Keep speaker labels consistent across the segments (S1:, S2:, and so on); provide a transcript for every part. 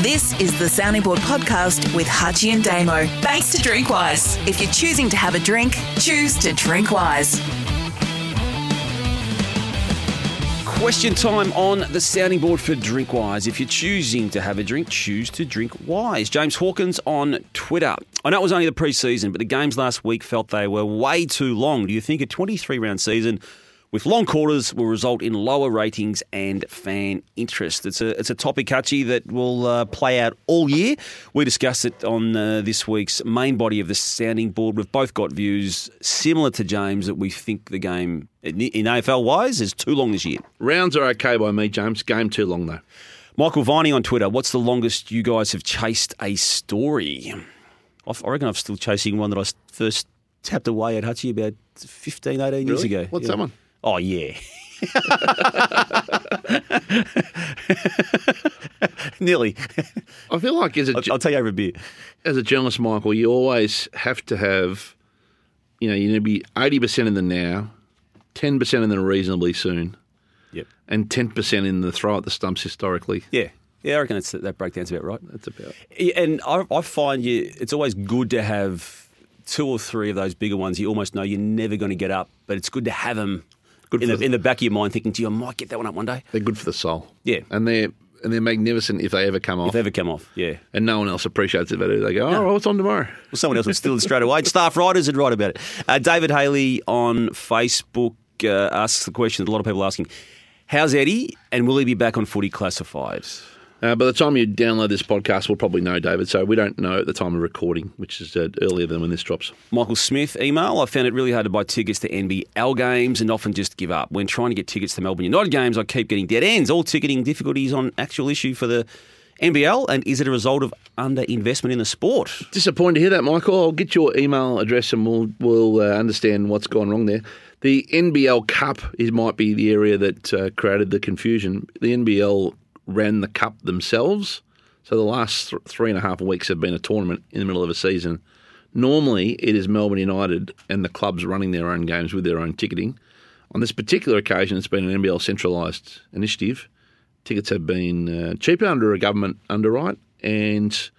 S1: This is the Sounding Board podcast with Hutchie and Damo. Thanks to Drinkwise. If you're choosing to have a drink, choose to drink wise.
S2: Question time on the sounding board for Drinkwise. If you're choosing to have a drink, choose to drink wise. James Hawkins on Twitter. I know it was only the preseason, but the games last week felt they were way too long. Do you think a 23 round season with long quarters will result in lower ratings and fan interest? It's a it's a topic, Hutchie, that will uh, play out all year. We discussed it on uh, this week's main body of the sounding board. We've both got views similar to James that we think the game in in AFL wise is too long this year.
S3: Rounds are okay by me, James. Game too long though.
S2: Michael Viney on Twitter, what's the longest you guys have chased a story? I've- I reckon I'm still chasing one that I s- first tapped away at Hutchie about 15, 18 years
S3: Really?
S2: ago.
S3: What's
S2: Yeah.
S3: that one?
S2: Oh, yeah. Nearly.
S3: I feel like as a
S2: I'll take over a beer.
S3: as a journalist, Michael, you always have to have, you know, you need to be eighty percent in the now, ten percent in the reasonably soon,
S2: Yep.
S3: and ten percent in the throw at the stumps historically.
S2: Yeah. Yeah, I reckon it's, that breakdown's about right.
S3: That's about.
S2: Yeah, And I, I find you, it's always good to have two or three of those bigger ones. You almost know you're never going to get up, but it's good to have them
S3: Good
S2: in,
S3: for
S2: the,
S3: the-
S2: in the back of your mind, thinking, "Gee, I might get that one up one day."
S3: They're good for the soul.
S2: Yeah.
S3: and they're and they're magnificent if they ever come
S2: If
S3: off.
S2: they ever come off, yeah.
S3: and no one else appreciates it better. They go, oh, well, what's on tomorrow?
S2: Well, someone else would steal it straight away. Staff writers would write about it. Uh, David Haley on Facebook uh, asks the question that a lot of people are asking: How's Eddie, and will he be back on Footy Classifieds?
S3: Uh, by the time you download this podcast, we'll probably know, David. So we don't know at the time of recording, which is uh, earlier than when this drops.
S2: Michael Smith email. I found it really hard to buy tickets to NBL games and often just give up. When trying to get tickets to Melbourne United games, I keep getting dead ends. All ticketing difficulties on actual issue for the NBL, and is it a result of underinvestment in the sport?
S3: Disappointed to hear that, Michael. I'll get your email address and we'll we'll uh, understand what's gone wrong there. The NBL Cup is might be the area that uh, created the confusion. The NBL ran the cup themselves, so the last th- three and a half weeks have been a tournament in the middle of a season. Normally, it is Melbourne United and the clubs running their own games with their own ticketing. On this particular occasion, it's been an NBL centralised initiative. Tickets have been uh, cheaper under a government underwrite and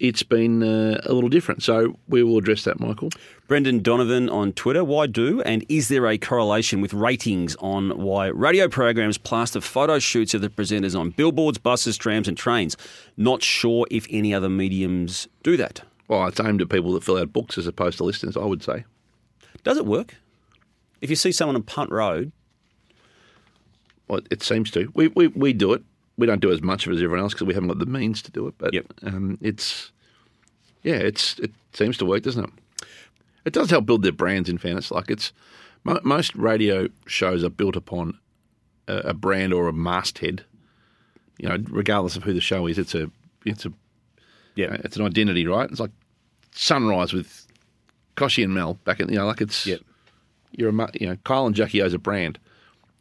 S3: it's been uh, a little different. So we will address that, Michael.
S2: Brendan Donovan on Twitter. Why do and is there a correlation with ratings on why radio programs plaster photo shoots of the presenters on billboards, buses, trams, and trains? Not sure if any other mediums do that.
S3: Well, it's aimed at people that fill out books as opposed to listeners, I would say.
S2: Does it work? If you see someone on Punt Road,
S3: Well, it seems to. We, we, we do it. We don't do as much of it as everyone else because we haven't got the means to do it. But
S2: Yep.
S3: um, it's, yeah, it's it seems to work, doesn't it? It does help build their brands. In fairness, like it's mo- most radio shows are built upon a, a brand or a masthead. You know, regardless of who the show is, it's a it's a
S2: yeah,
S3: Uh, It's an identity, right? It's like Sunrise with Koshy and Mel back in, you know, like it's,
S2: Yep.
S3: you're a, mu- you know, Kyle and Jackie O's a brand.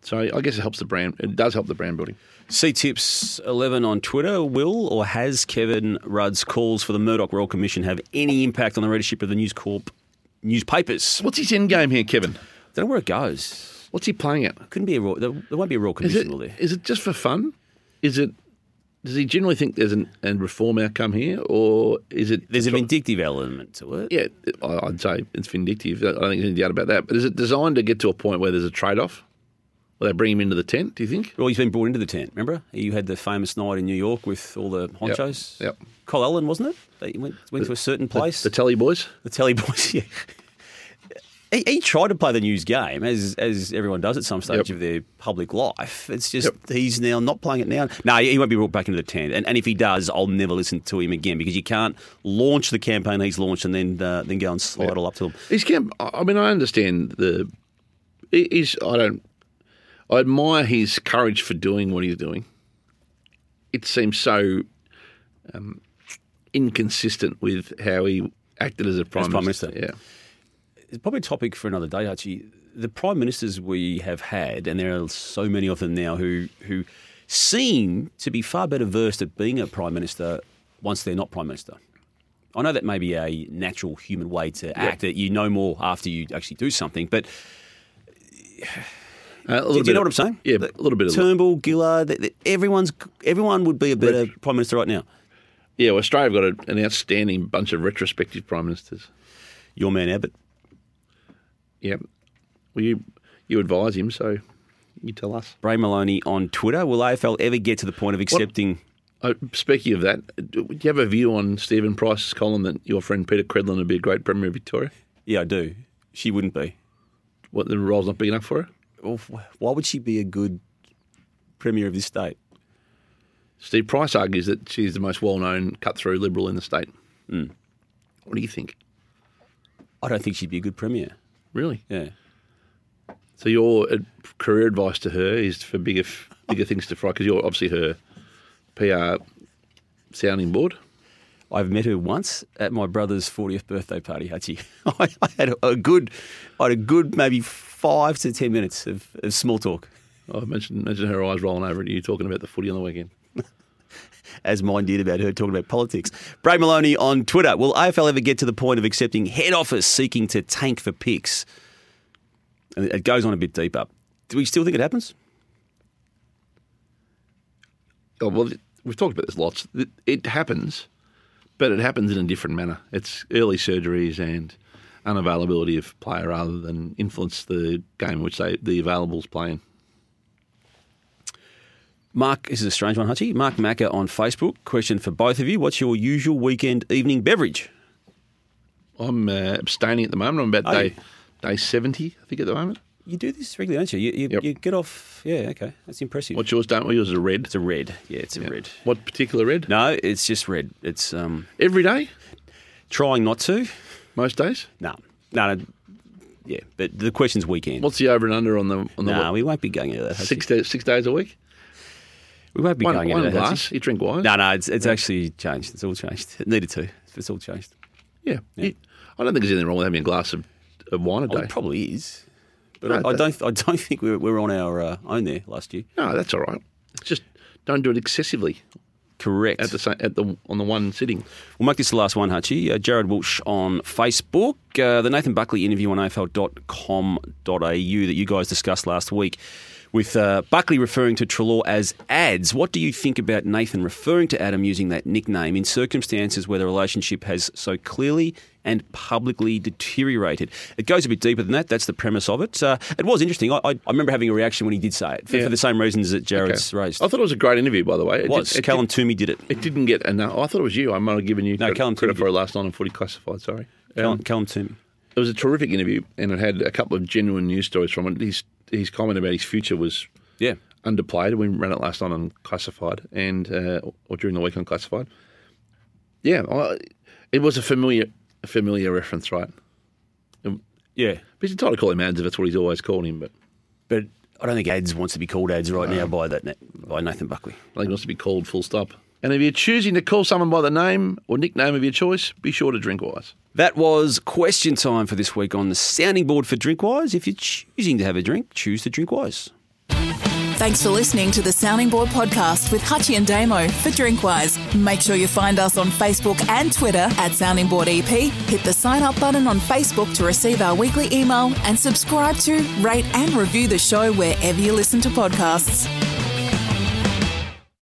S3: So I guess it helps the brand. It does help the brand building.
S2: C Tips Eleven on Twitter. Will or has Kevin Rudd's calls for the Murdoch Royal Commission have any impact on the readership of the News Corp newspapers?
S3: What's his end game here, Kevin?
S2: don't know where it goes.
S3: What's he playing at?
S2: Couldn't be a royal, there, there won't be a Royal
S3: Is it,
S2: Commission, will there?
S3: is it just for fun? Is it, does he generally think there's an, a reform outcome here or is it?
S2: There's a vindictive element to it.
S3: yeah, I- I'd say it's vindictive. I don't think there's any doubt about that. But is it designed to get to a point where there's a trade off? Will they bring him into the tent, do you think?
S2: Well, he's been brought into the tent. Remember, you had the famous night in New York with all the honchos.
S3: Yep.
S2: Cole Ellen, wasn't it? They went, went to a certain place.
S3: The Telly boys?
S2: the telly boys. Yeah. He, he tried to play the news game, as as everyone does at some stage
S3: Yep.
S2: of their public life. It's just
S3: Yep.
S2: he's now not playing it now. No, he won't be brought back into the tent. And, and if he does, I'll never listen to him again because you can't launch the campaign he's launched and then uh, then go and slide all up to him.
S3: He's camp. I I mean, I understand the. he- He's. I don't. I admire his courage for doing what he's doing. It seems so um, inconsistent with how he acted as a prime,
S2: Prime
S3: Yeah.
S2: Minister. It's probably a topic for another day, Archie. The prime ministers we have had, and there are so many of them now who who seem to be far better versed at being a prime minister once they're not prime minister. I know that may be a natural human way to act that you know more after you actually do something, but
S3: Uh, a little
S2: do,
S3: bit
S2: you know
S3: of-
S2: what I'm saying?
S3: Yeah,
S2: The-
S3: a little bit of.
S2: Turnbull, Gillard, th- th- everyone's everyone would be a better prime minister right now.
S3: Yeah, well, Australia have got a, an outstanding bunch of retrospective prime ministers.
S2: Your man Abbott.
S3: Yep. Well, you you advise him, so you tell us.
S2: Bray Maloney on Twitter. Will AFL ever get to the point of accepting?
S3: Uh, speaking of that, do do you have a view on Stephen Price's column that your friend Peter Credlin would be a great Premier of Victoria?
S2: Yeah, I do. She wouldn't be.
S3: What the role's not big enough for her?
S2: Well, wh- why would she be a good premier of this state?
S3: Steve Price argues that she's the most well-known cut-through Liberal in the state. What do you think?
S2: I don't think she'd be a good premier.
S3: Really?
S2: Yeah.
S3: So your uh, career advice to her is for bigger f- bigger things to fry because you're obviously her PR sounding board.
S2: I've met her once at my brother's 40th birthday party, Hachi. I, I had a good, I had a good maybe five to 10 minutes of, of small talk
S3: I mentioned mentioned her eyes rolling over at you talking about the footy on the weekend.
S2: as mine did about her talking about politics. Bray Maloney on Twitter. Will AFL ever get to the point of accepting head office seeking to tank for picks? And it goes on a bit deeper. Do we still think it happens?
S3: Oh, well, th- we've talked about this lots. It- It happens, but it happens in a different manner. It's early surgeries and unavailability of player rather than influence the game which they the availables playing.
S2: Mark, this is a strange one, Hutchie. Mark Macker on Facebook. Question for both of you. What's your usual weekend evening beverage?
S3: I'm uh, abstaining at the moment. I'm about
S2: Are you?
S3: day day seventy, I think, at the moment.
S2: You do this regularly, don't you? You, you,
S3: Yep.
S2: you get off. Yeah, okay. That's impressive.
S3: What's yours? Don't we? Yours is a red.
S2: It's a red. Yeah, it's a red.
S3: What particular red?
S2: No, it's just red. It's um,
S3: Every day,
S2: trying not to.
S3: most days.
S2: No, no, no. Yeah, but the question's weekend.
S3: What's the over and under on the on the
S2: no,
S3: what-
S2: we won't be going into that. Hutchie.
S3: six days? Six days a week.
S2: we won't be
S3: One,
S2: going
S3: one
S2: into that. Hutchie.
S3: glass. You drink wine.
S2: No, no, it's, it's actually changed. It's all changed. It needed to. It's all changed.
S3: Yeah. You- I don't think there's anything wrong with having a glass of, of wine a
S2: Well,
S3: day.
S2: it probably is. But
S3: No,
S2: I, I
S3: that-
S2: don't. I don't think we were, we were on our uh, own there last year.
S3: no, that's all right. It's just don't do it excessively
S2: Correct.
S3: at the sa at the on the one sitting.
S2: We'll make this the last one, Hutchie. Uh, Jared Walsh on Facebook. Uh, the Nathan Buckley interview on AFL.com.au that you guys discussed last week with uh, Buckley referring to Trelaw as ads. What do you think about Nathan referring to Adam using that nickname in circumstances where the relationship has so clearly and publicly deteriorated? It goes a bit deeper than that. That's the premise of it. Uh, it was interesting. I, I, I remember having a reaction when he did say it for,
S3: Yeah.
S2: for the same reasons that Jared's
S3: Okay.
S2: raised.
S3: I thought it was a great interview, by the way. It
S2: it was.
S3: did- it
S2: Callum
S3: did-
S2: Toomey did it.
S3: It didn't get enough. I thought it was you. I might have given you
S2: No,
S3: credit,
S2: Callum
S3: credit
S2: Toomey
S3: for it last night on Footy Classified. Sorry.
S2: Callum, Callum Toomey.
S3: It was a terrific interview, and it had a couple of genuine news stories from it. His his comment about his future was
S2: Yeah.
S3: underplayed. We ran it last night on Classified, and uh, or during the week on Classified. Yeah, I, it was a familiar a familiar reference, right? Um,
S2: Yeah.
S3: But he's entitled to call him ads if that's what he's always called him. But
S2: But I don't think ads wants to be called ads right now by that by Nathan Buckley.
S3: I think it wants to be called full stop. And if you're choosing to call someone by the name or nickname of your choice, be sure to drink wise.
S2: That was question time for this week on the sounding board for Drinkwise. If you're choosing to have a drink, choose to drink wise.
S1: Thanks for listening to the Sounding Board podcast with Hutchie and Damo for Drinkwise. Make sure you find us on Facebook and Twitter at Sounding Board EP. Hit the sign up button on Facebook to receive our weekly email and subscribe to, rate, and review the show wherever you listen to podcasts.